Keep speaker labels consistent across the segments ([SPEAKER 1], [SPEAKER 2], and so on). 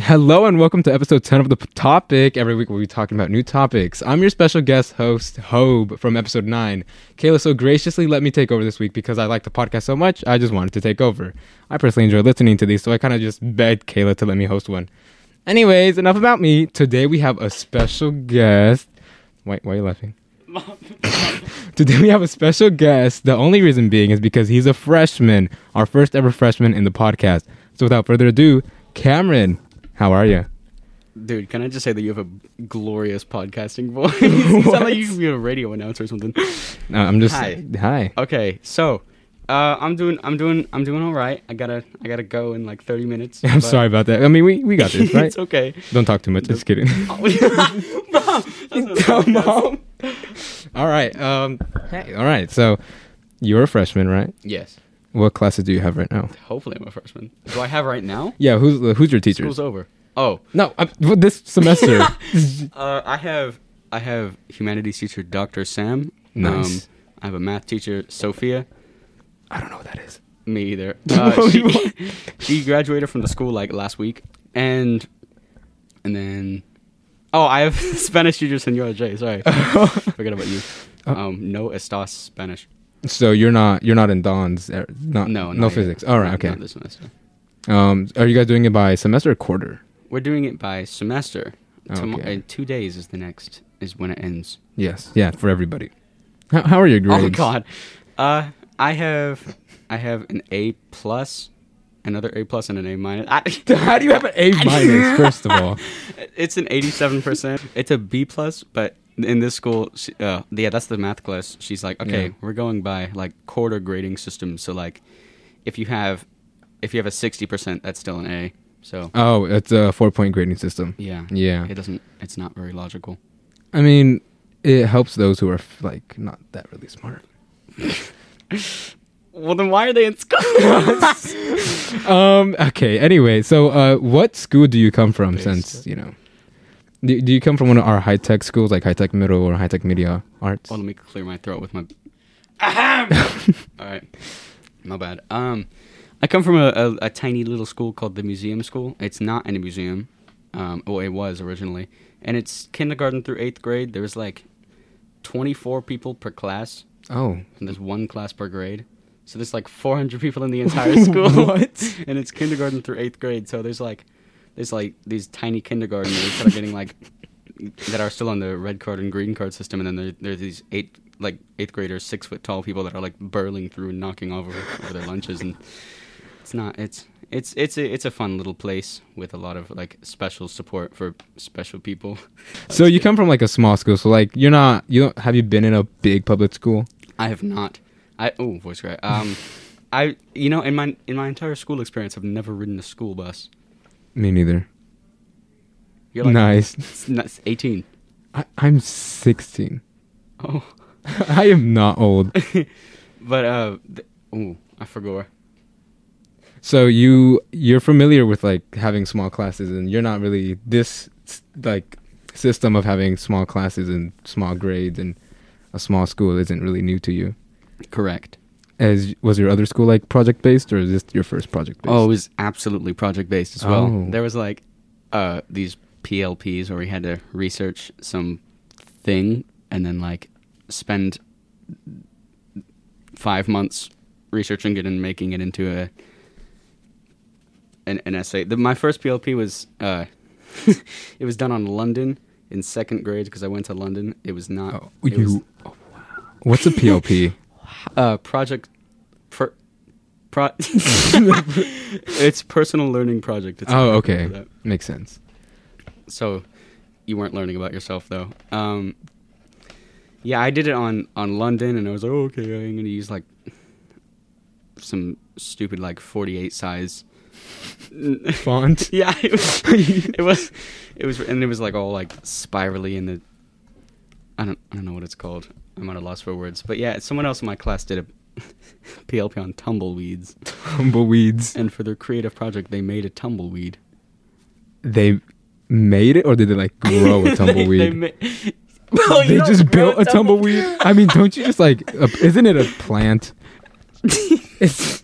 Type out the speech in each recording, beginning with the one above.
[SPEAKER 1] Hello and welcome to episode 10 of The Topic. Every week we'll be talking about new topics. I'm your special guest host, Hobe, from episode 9. Kayla so graciously let me take over this week because I like the podcast so much, I just wanted to take over. I personally enjoy listening to these, so I kind of just begged Kayla to let me host one. Anyways, enough about me. Today we have a special guest. Wait, why are you laughing? Today we have a special guest. The only reason being is because he's a freshman, our first ever freshman in the podcast. So without further ado, Cameron, how are you?
[SPEAKER 2] Dude, can I just say that you have a glorious podcasting voice? you sound like you could be a radio announcer or something.
[SPEAKER 1] Uh, I'm just
[SPEAKER 2] Hi.
[SPEAKER 1] hi.
[SPEAKER 2] Okay, so uh, I'm doing, I'm doing, I'm doing all right. I gotta, I gotta go in like 30 minutes.
[SPEAKER 1] I'm
[SPEAKER 2] but-
[SPEAKER 1] sorry about that. I mean, we, we got this, right?
[SPEAKER 2] it's okay.
[SPEAKER 1] Don't talk too much. Just kidding.
[SPEAKER 2] Bro, that's not a
[SPEAKER 1] Come
[SPEAKER 2] podcast.
[SPEAKER 1] on. All right. Um. Hey. All right. So, you're a freshman, right?
[SPEAKER 2] Yes.
[SPEAKER 1] What classes do you have right now?
[SPEAKER 2] Hopefully, I'm a freshman. Do I have right now?
[SPEAKER 1] Yeah. Who's who's your teachers?
[SPEAKER 2] School's over. Oh,
[SPEAKER 1] No. i this semester.
[SPEAKER 2] uh, I have, I have humanities teacher Dr. Sam. Um,
[SPEAKER 1] Nice.
[SPEAKER 2] I have a math teacher Sophia.
[SPEAKER 1] I don't know what that is.
[SPEAKER 2] Me either. Uh, she, she graduated from the school like last week, and and then oh, I have Spanish teacher Senora J. Sorry, forget about you.
[SPEAKER 1] Oh.
[SPEAKER 2] Um, no estas Spanish.
[SPEAKER 1] So you're not you're not in Don's. er, Not, No
[SPEAKER 2] No, not yet.
[SPEAKER 1] physics. All right.
[SPEAKER 2] Not-
[SPEAKER 1] Okay.
[SPEAKER 2] not this semester.
[SPEAKER 1] Um. Are you guys doing it by semester or quarter?
[SPEAKER 2] We're doing it by semester. Tomo-
[SPEAKER 1] Okay.
[SPEAKER 2] uh, two days is the next is when it ends.
[SPEAKER 1] Yes. Yeah. For everybody. How, how are your grades?
[SPEAKER 2] Oh God. Uh, I have I have an A plus, another A plus, and an A minus. I-
[SPEAKER 1] How do you have an A minus? First of all.
[SPEAKER 2] It's an 87%. It's a B plus, but in this school, she, uh, yeah, that's the math class. She's like, okay,
[SPEAKER 1] Yeah.
[SPEAKER 2] we're going by like quarter grading system. So like, if you have, if you have a 60%, that's still an A. So
[SPEAKER 1] Oh, it's a four point grading system.
[SPEAKER 2] yeah,
[SPEAKER 1] Yeah.
[SPEAKER 2] it doesn't. It's not very logical.
[SPEAKER 1] I mean, it helps those who are f- like not that really smart.
[SPEAKER 2] Well, then why are they in school?
[SPEAKER 1] Um. Okay. Anyway, so uh, what school do you come from? Since you know, do, do you come from one of our high tech schools, like high tech middle or high tech media arts?
[SPEAKER 2] well, let me clear my throat with my. All right, my bad. Um, I come from a, a, a tiny little school called the Museum School. It's not in a museum. Um, well, it was originally, and it's kindergarten through eighth grade. There's like twenty-four people per class,
[SPEAKER 1] Oh,
[SPEAKER 2] and there's one class per grade. So there's like four hundred people in the entire school.
[SPEAKER 1] What?
[SPEAKER 2] And it's kindergarten through eighth grade. So there's like there's like these tiny kindergartners that are getting like that are still on the red card and green card system, and then there, there's these eight like eighth graders, six foot tall people that are like burling through, and knocking over over their lunches, and it's not it's it's it's a it's a fun little place with a lot of like special support for special people.
[SPEAKER 1] so you come from like a small school. So like you're not you don't have you been in a big public school?
[SPEAKER 2] I have not. I oh voice crack. Um, I you know in my in my entire school experience, I've never ridden a school bus.
[SPEAKER 1] Me neither.
[SPEAKER 2] You're like
[SPEAKER 1] nice.
[SPEAKER 2] it's not- it's eighteen.
[SPEAKER 1] I, I'm 16.
[SPEAKER 2] Oh,
[SPEAKER 1] I am not old.
[SPEAKER 2] but uh, th- oh, I forgot.
[SPEAKER 1] So you you're familiar with like having small classes, and you're not really this s- like system of having small classes and small grades and a small school isn't really new to you.
[SPEAKER 2] Correct.
[SPEAKER 1] As was your other school like project based, or is this your first project based?
[SPEAKER 2] Oh, it was absolutely project based as well.
[SPEAKER 1] Oh.
[SPEAKER 2] There was like uh, these PLPs where we had to research some thing and then like spend five months researching it and making it into a an, an essay. The, my first PLP was uh, it was done on London in second grade because I went to London. It was not
[SPEAKER 1] Oh,
[SPEAKER 2] it was-
[SPEAKER 1] you. oh, wow. What's a PLP?
[SPEAKER 2] uh, project per, pro, it's personal learning project. It's
[SPEAKER 1] oh,
[SPEAKER 2] not
[SPEAKER 1] okay,
[SPEAKER 2] for that.
[SPEAKER 1] makes sense.
[SPEAKER 2] So you weren't learning about yourself though. Um, yeah, I did it on on London, and I was like, oh, okay, I'm gonna use like some stupid like 48 size.
[SPEAKER 1] Font.
[SPEAKER 2] Yeah, it was, it was, it was, and it was like all like spirally in the. I don't, I don't know what it's called. I'm at a loss for words. But yeah, someone else in my class did a PLP on tumbleweeds.
[SPEAKER 1] Tumbleweeds.
[SPEAKER 2] and for their creative project they made a tumbleweed
[SPEAKER 1] They made it, or did they like grow Oh, a tumbleweed?
[SPEAKER 2] they,
[SPEAKER 1] They just built a tumbleweed. I mean, don't you just like? A, isn't it a plant? It's,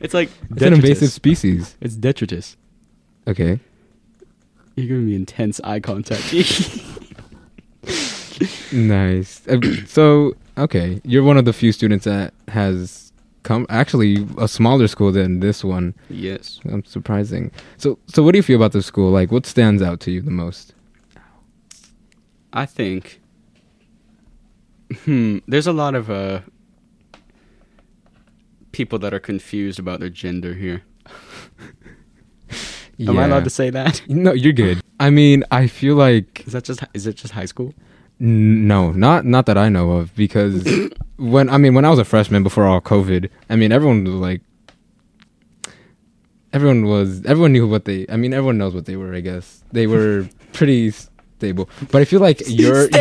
[SPEAKER 2] it's like
[SPEAKER 1] it's an invasive species.
[SPEAKER 2] it's detritus
[SPEAKER 1] Okay.
[SPEAKER 2] You're giving me intense eye contact.
[SPEAKER 1] Nice. Uh, so, okay, you're one of the few students that has come actually a smaller school than this one.
[SPEAKER 2] yes.
[SPEAKER 1] I'm surprising. So, so what do you feel about this school? Like, what stands out to you the most?
[SPEAKER 2] I think. Hmm. There's a lot of uh. People that are confused about their gender here. Am I allowed to say that?
[SPEAKER 1] No, you're good. I mean, I feel like
[SPEAKER 2] Is that just is it just high school?
[SPEAKER 1] n- no, not not that I know of, because when I mean when I was a freshman before all COVID, I mean everyone was like, everyone was everyone knew what they. I mean everyone knows what they were. I guess they were pretty stable, but I feel like you're.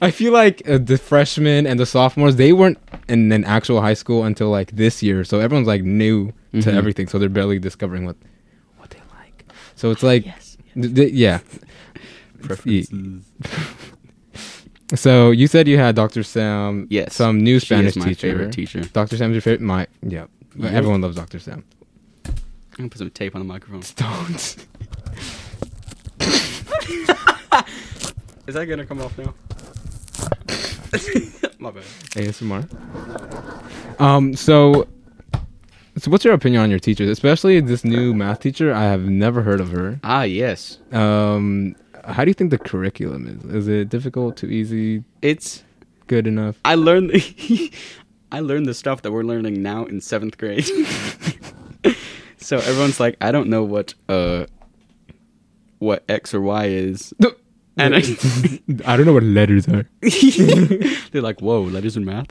[SPEAKER 1] I feel like uh, the freshmen and the sophomores they weren't in an actual high school until like this year, so everyone's like new to
[SPEAKER 2] Mhm.
[SPEAKER 1] everything, so they're barely discovering what what they like. So it's like,
[SPEAKER 2] yes.
[SPEAKER 1] th- th- yeah.
[SPEAKER 2] Preferences.
[SPEAKER 1] So you said you had Dr. Sam,
[SPEAKER 2] Yes.
[SPEAKER 1] some new
[SPEAKER 2] She is
[SPEAKER 1] Spanish
[SPEAKER 2] my
[SPEAKER 1] teacher.
[SPEAKER 2] favorite teacher.
[SPEAKER 1] Dr. Sam's your favorite. My yeah,
[SPEAKER 2] Yeah.
[SPEAKER 1] everyone loves Dr. Sam.
[SPEAKER 2] I'm gonna put some tape on the microphone.
[SPEAKER 1] Stones.
[SPEAKER 2] Is that gonna come off now? My bad.
[SPEAKER 1] ASMR. Um. So, so what's your opinion on your teachers, especially this new math teacher? I have never heard of her.
[SPEAKER 2] Ah yes,
[SPEAKER 1] Um. How do you think the curriculum is? Is it difficult, too easy,
[SPEAKER 2] it's
[SPEAKER 1] good enough?
[SPEAKER 2] I learned I learned the stuff that we're learning now in seventh grade. so everyone's like, I don't know what uh what X or Y is. And I-
[SPEAKER 1] I don't know what letters are.
[SPEAKER 2] They're like, whoa, letters in math?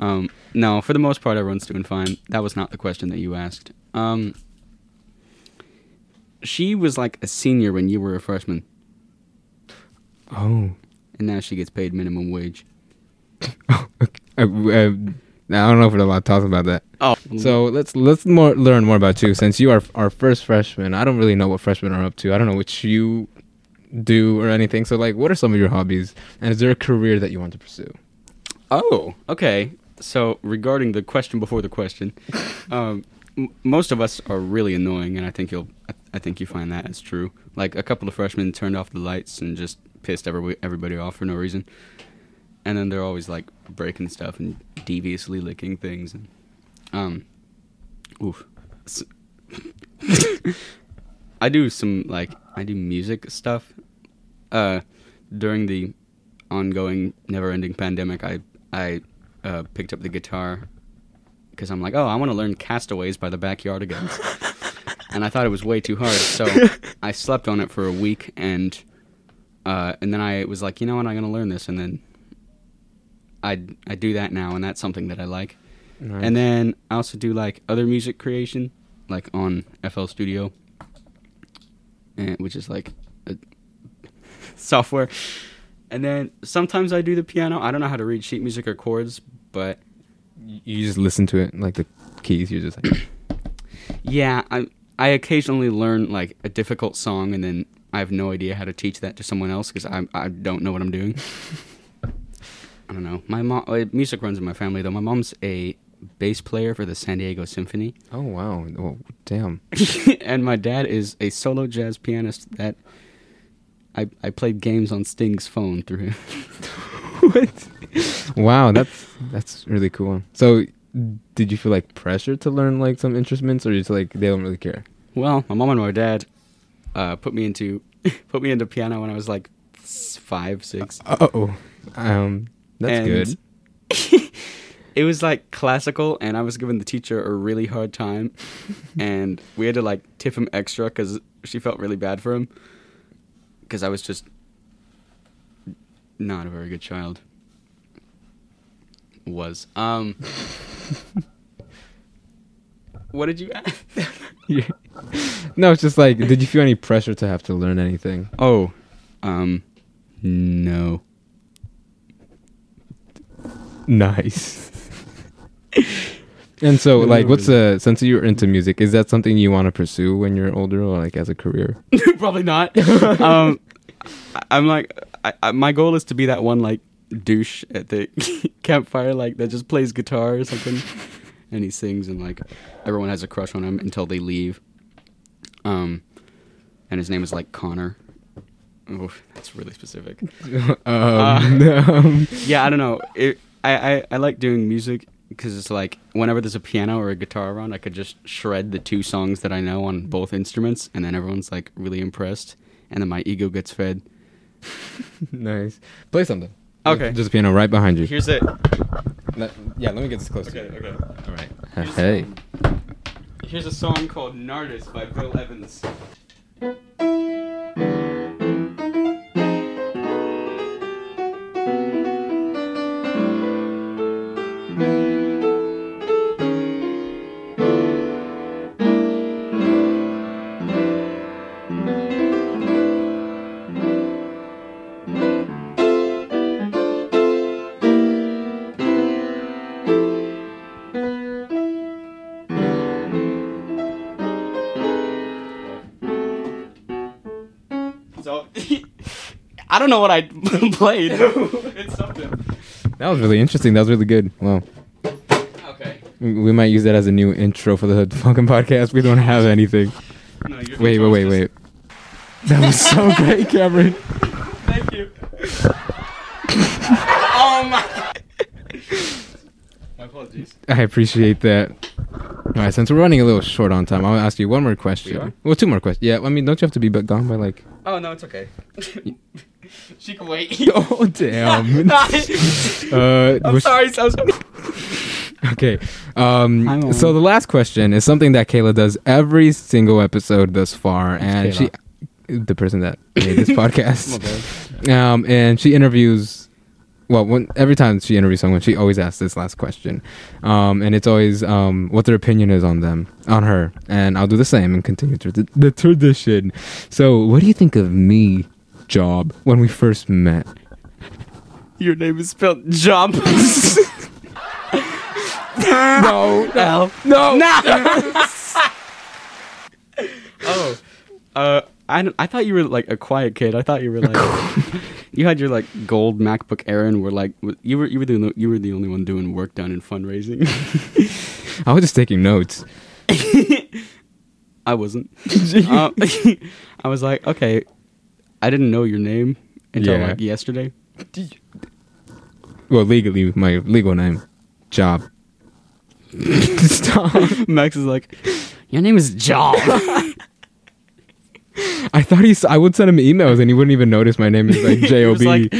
[SPEAKER 2] um, no, for the most part, everyone's doing fine. That was not the question that you asked. Um, she was like a senior when you were a freshman,
[SPEAKER 1] Oh.
[SPEAKER 2] and now she gets paid minimum wage.
[SPEAKER 1] Oh, okay. I, I, I don't know if we're allowed to talk about that.
[SPEAKER 2] Oh,
[SPEAKER 1] So let's let's more learn more about you since you are f- our first freshman. I don't really know what freshmen are up to. I don't know what you do or anything. So like, what are some of your hobbies? And is there a career that you want to pursue?
[SPEAKER 2] Oh, okay. So regarding the question before the question, um, m- most of us are really annoying, and I think you'll, I, I think you find that as true. Like a couple of freshmen turned off the lights and just pissed every, everybody off for no reason, and then they're always like breaking stuff and deviously licking things, and um, oof. S- I do some like I do music stuff. Uh, during the ongoing, never-ending pandemic, I I uh, picked up the guitar because I'm like, oh, I want to learn "Castaways" by the Backyard again, and I thought it was way too hard, so I slept on it for a week, and uh, and then I was like, you know what, I'm gonna learn this, and then I I do that now, and that's something that I like. And then I also do like other music creation, like on FL Studio, and, which is like a software. And then sometimes I do the piano. I don't know how to read sheet music or chords, but
[SPEAKER 1] you just listen to it like the keys. You're just like,
[SPEAKER 2] yeah, I I occasionally learn like a difficult song, and then I have no idea how to teach that to someone else because I I don't know what I'm doing. I don't know. My mom music runs in my family though. My mom's a bass player for the San Diego Symphony.
[SPEAKER 1] oh wow, oh, damn.
[SPEAKER 2] and my dad is a solo jazz pianist that I, I played games on Sting's phone through him.
[SPEAKER 1] what? Wow, that's that's really cool. So, did you feel like pressure to learn like some instruments, or just like they don't really care?
[SPEAKER 2] Well, my mom and my dad uh, put me into put me into piano when I was like s- five, six.
[SPEAKER 1] Oh, um, that's
[SPEAKER 2] And
[SPEAKER 1] good.
[SPEAKER 2] It was like classical, and I was giving the teacher a really hard time, and we had to like tip him extra because she felt really bad for him because I was just not a very good child. Was um. what did you ask?
[SPEAKER 1] Yeah. no, it's just like, did you feel any pressure to have to learn anything?
[SPEAKER 2] Oh, um, no.
[SPEAKER 1] Nice. and so,
[SPEAKER 2] No,
[SPEAKER 1] like,
[SPEAKER 2] no,
[SPEAKER 1] what's the since you're into music? Is that something you want to pursue when you're older, or like as a career?
[SPEAKER 2] Probably not. um, I- I'm like, I, I, my goal is to be that one like douche at the campfire, like that just plays guitar or something, and he sings, and like everyone has a crush on him until they leave. Um, and his name is like Connor. Oh, that's really specific.
[SPEAKER 1] um, um,
[SPEAKER 2] yeah, I don't know. It, I, I I like doing music because it's like whenever there's a piano or a guitar around, I could just shred the two songs that I know on both instruments, and then everyone's like really impressed, and then my ego gets fed.
[SPEAKER 1] nice. Play something.
[SPEAKER 2] Okay.
[SPEAKER 1] There's a piano right behind you.
[SPEAKER 2] Here's it.
[SPEAKER 1] Let- yeah, let me get this close. to
[SPEAKER 2] okay.
[SPEAKER 1] you. All right. Uh,
[SPEAKER 2] Here's,
[SPEAKER 1] Hey.
[SPEAKER 2] um, here's a song called Nardis by Bill Evans. So I don't know what I played. it's something.
[SPEAKER 1] That was really interesting. That was really good. Wow.
[SPEAKER 2] Okay.
[SPEAKER 1] We we might use that as a new intro for the fucking podcast. We don't have anything.
[SPEAKER 2] No, your
[SPEAKER 1] Wait, wait,
[SPEAKER 2] guitar's
[SPEAKER 1] wait,
[SPEAKER 2] just-
[SPEAKER 1] wait. That was so great, Cameron.
[SPEAKER 2] Thank you. oh my. my apologies.
[SPEAKER 1] I appreciate that. All right, since we're running a little short on time, I'll ask you one more question.
[SPEAKER 2] We are?
[SPEAKER 1] Well, two more questions. Yeah, I mean, don't you have to be but gone by like?
[SPEAKER 2] Oh no, it's okay. she can wait.
[SPEAKER 1] Oh damn.
[SPEAKER 2] I'm
[SPEAKER 1] uh, was-
[SPEAKER 2] sorry. I'm sorry.
[SPEAKER 1] Okay. Um,
[SPEAKER 2] I'm
[SPEAKER 1] so
[SPEAKER 2] on.
[SPEAKER 1] the last question is something that Kayla does every single episode thus far, and
[SPEAKER 2] Kayla?
[SPEAKER 1] she, the person that made this
[SPEAKER 2] My bad.
[SPEAKER 1] podcast, um, and she interviews. Well, when, every time she interviews someone, she always asks this last question, um, and it's always um, what their opinion is on them, on her, and I'll do the same and continue tr- the tradition. So, what do you think of me, Job, when we first met?
[SPEAKER 2] Your name is spelled Jump.
[SPEAKER 1] no,
[SPEAKER 2] L.
[SPEAKER 1] no,
[SPEAKER 2] Oh. Uh, I, don't- I thought you were like a quiet kid. I thought you were like you had your like gold MacBook Air and were like w- you were you were the only- you were the only one doing work done in fundraising.
[SPEAKER 1] I was just taking notes.
[SPEAKER 2] I wasn't. Uh, I was like, okay, I didn't know your name until
[SPEAKER 1] Yeah.
[SPEAKER 2] like yesterday.
[SPEAKER 1] Well, legally, my legal name, Job. Stop.
[SPEAKER 2] Max is like, your name is Job.
[SPEAKER 1] I thought he. s- I would send him emails and he wouldn't even notice my name is like
[SPEAKER 2] He
[SPEAKER 1] J O
[SPEAKER 2] was
[SPEAKER 1] B.
[SPEAKER 2] like,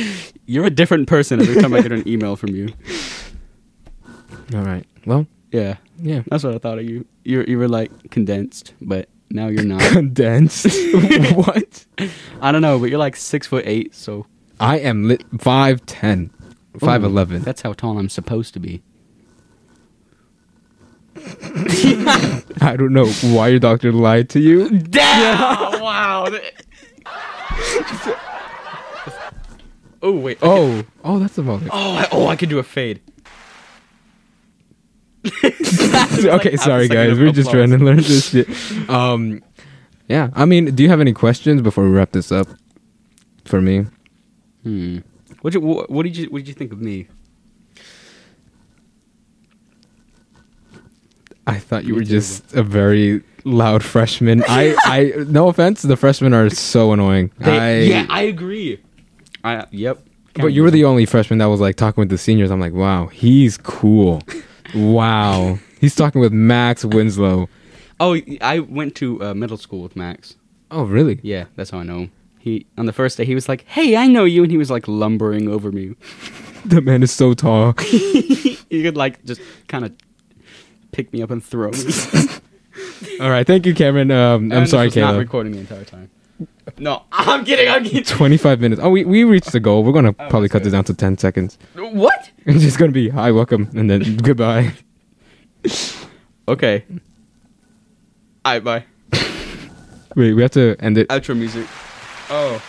[SPEAKER 2] you're a different person every time I get an email from you.
[SPEAKER 1] All right. Well,
[SPEAKER 2] Yeah,
[SPEAKER 1] yeah.
[SPEAKER 2] that's what I thought of you. You you were like condensed, but now you're not.
[SPEAKER 1] Condensed. what?
[SPEAKER 2] I don't know, but you're like six foot eight, so
[SPEAKER 1] I am lit. Five ten. Five eleven.
[SPEAKER 2] That's how tall I'm supposed to be.
[SPEAKER 1] I don't know why your doctor lied to you.
[SPEAKER 2] Damn! wow. oh wait. Oh.
[SPEAKER 1] Oh, oh, that's a moment.
[SPEAKER 2] Oh, I, oh, I could do a fade.
[SPEAKER 1] okay, sorry guys. We're just trying to learn this shit. Um, yeah. I mean, do you have any questions before we wrap this up? For me,
[SPEAKER 2] Hmm. What you, wha- what did you what did you think of me?
[SPEAKER 1] I thought you were
[SPEAKER 2] Pretty
[SPEAKER 1] just a very loud freshman. I, I, no offense, the freshmen are so annoying. I,
[SPEAKER 2] yeah, I agree. I yep.
[SPEAKER 1] but you were the only freshman that was like talking with the seniors. I'm like, wow, he's cool. wow, he's talking with Max Winslow.
[SPEAKER 2] Oh, I went to uh, middle school with Max.
[SPEAKER 1] Oh, really?
[SPEAKER 2] Yeah, that's how I know him. He on the first day he was like, "Hey, I know you," and he was like lumbering over me.
[SPEAKER 1] The man is so tall.
[SPEAKER 2] you could like just kind of pick me up and throw me.
[SPEAKER 1] All right, thank you, Cameron. Um, I'm
[SPEAKER 2] And
[SPEAKER 1] sorry,
[SPEAKER 2] this was Not
[SPEAKER 1] Caleb.
[SPEAKER 2] recording the entire time. No, I'm kidding. I'm kidding.
[SPEAKER 1] 25 minutes. Oh, we, we reached the goal. We're gonna probably
[SPEAKER 2] Oh, that's
[SPEAKER 1] cut
[SPEAKER 2] good.
[SPEAKER 1] this down to 10 seconds.
[SPEAKER 2] What?
[SPEAKER 1] It's just gonna be hi, welcome, and then goodbye.
[SPEAKER 2] Okay. All right, bye.
[SPEAKER 1] Wait, we have to end it.
[SPEAKER 2] Outro music. Oh.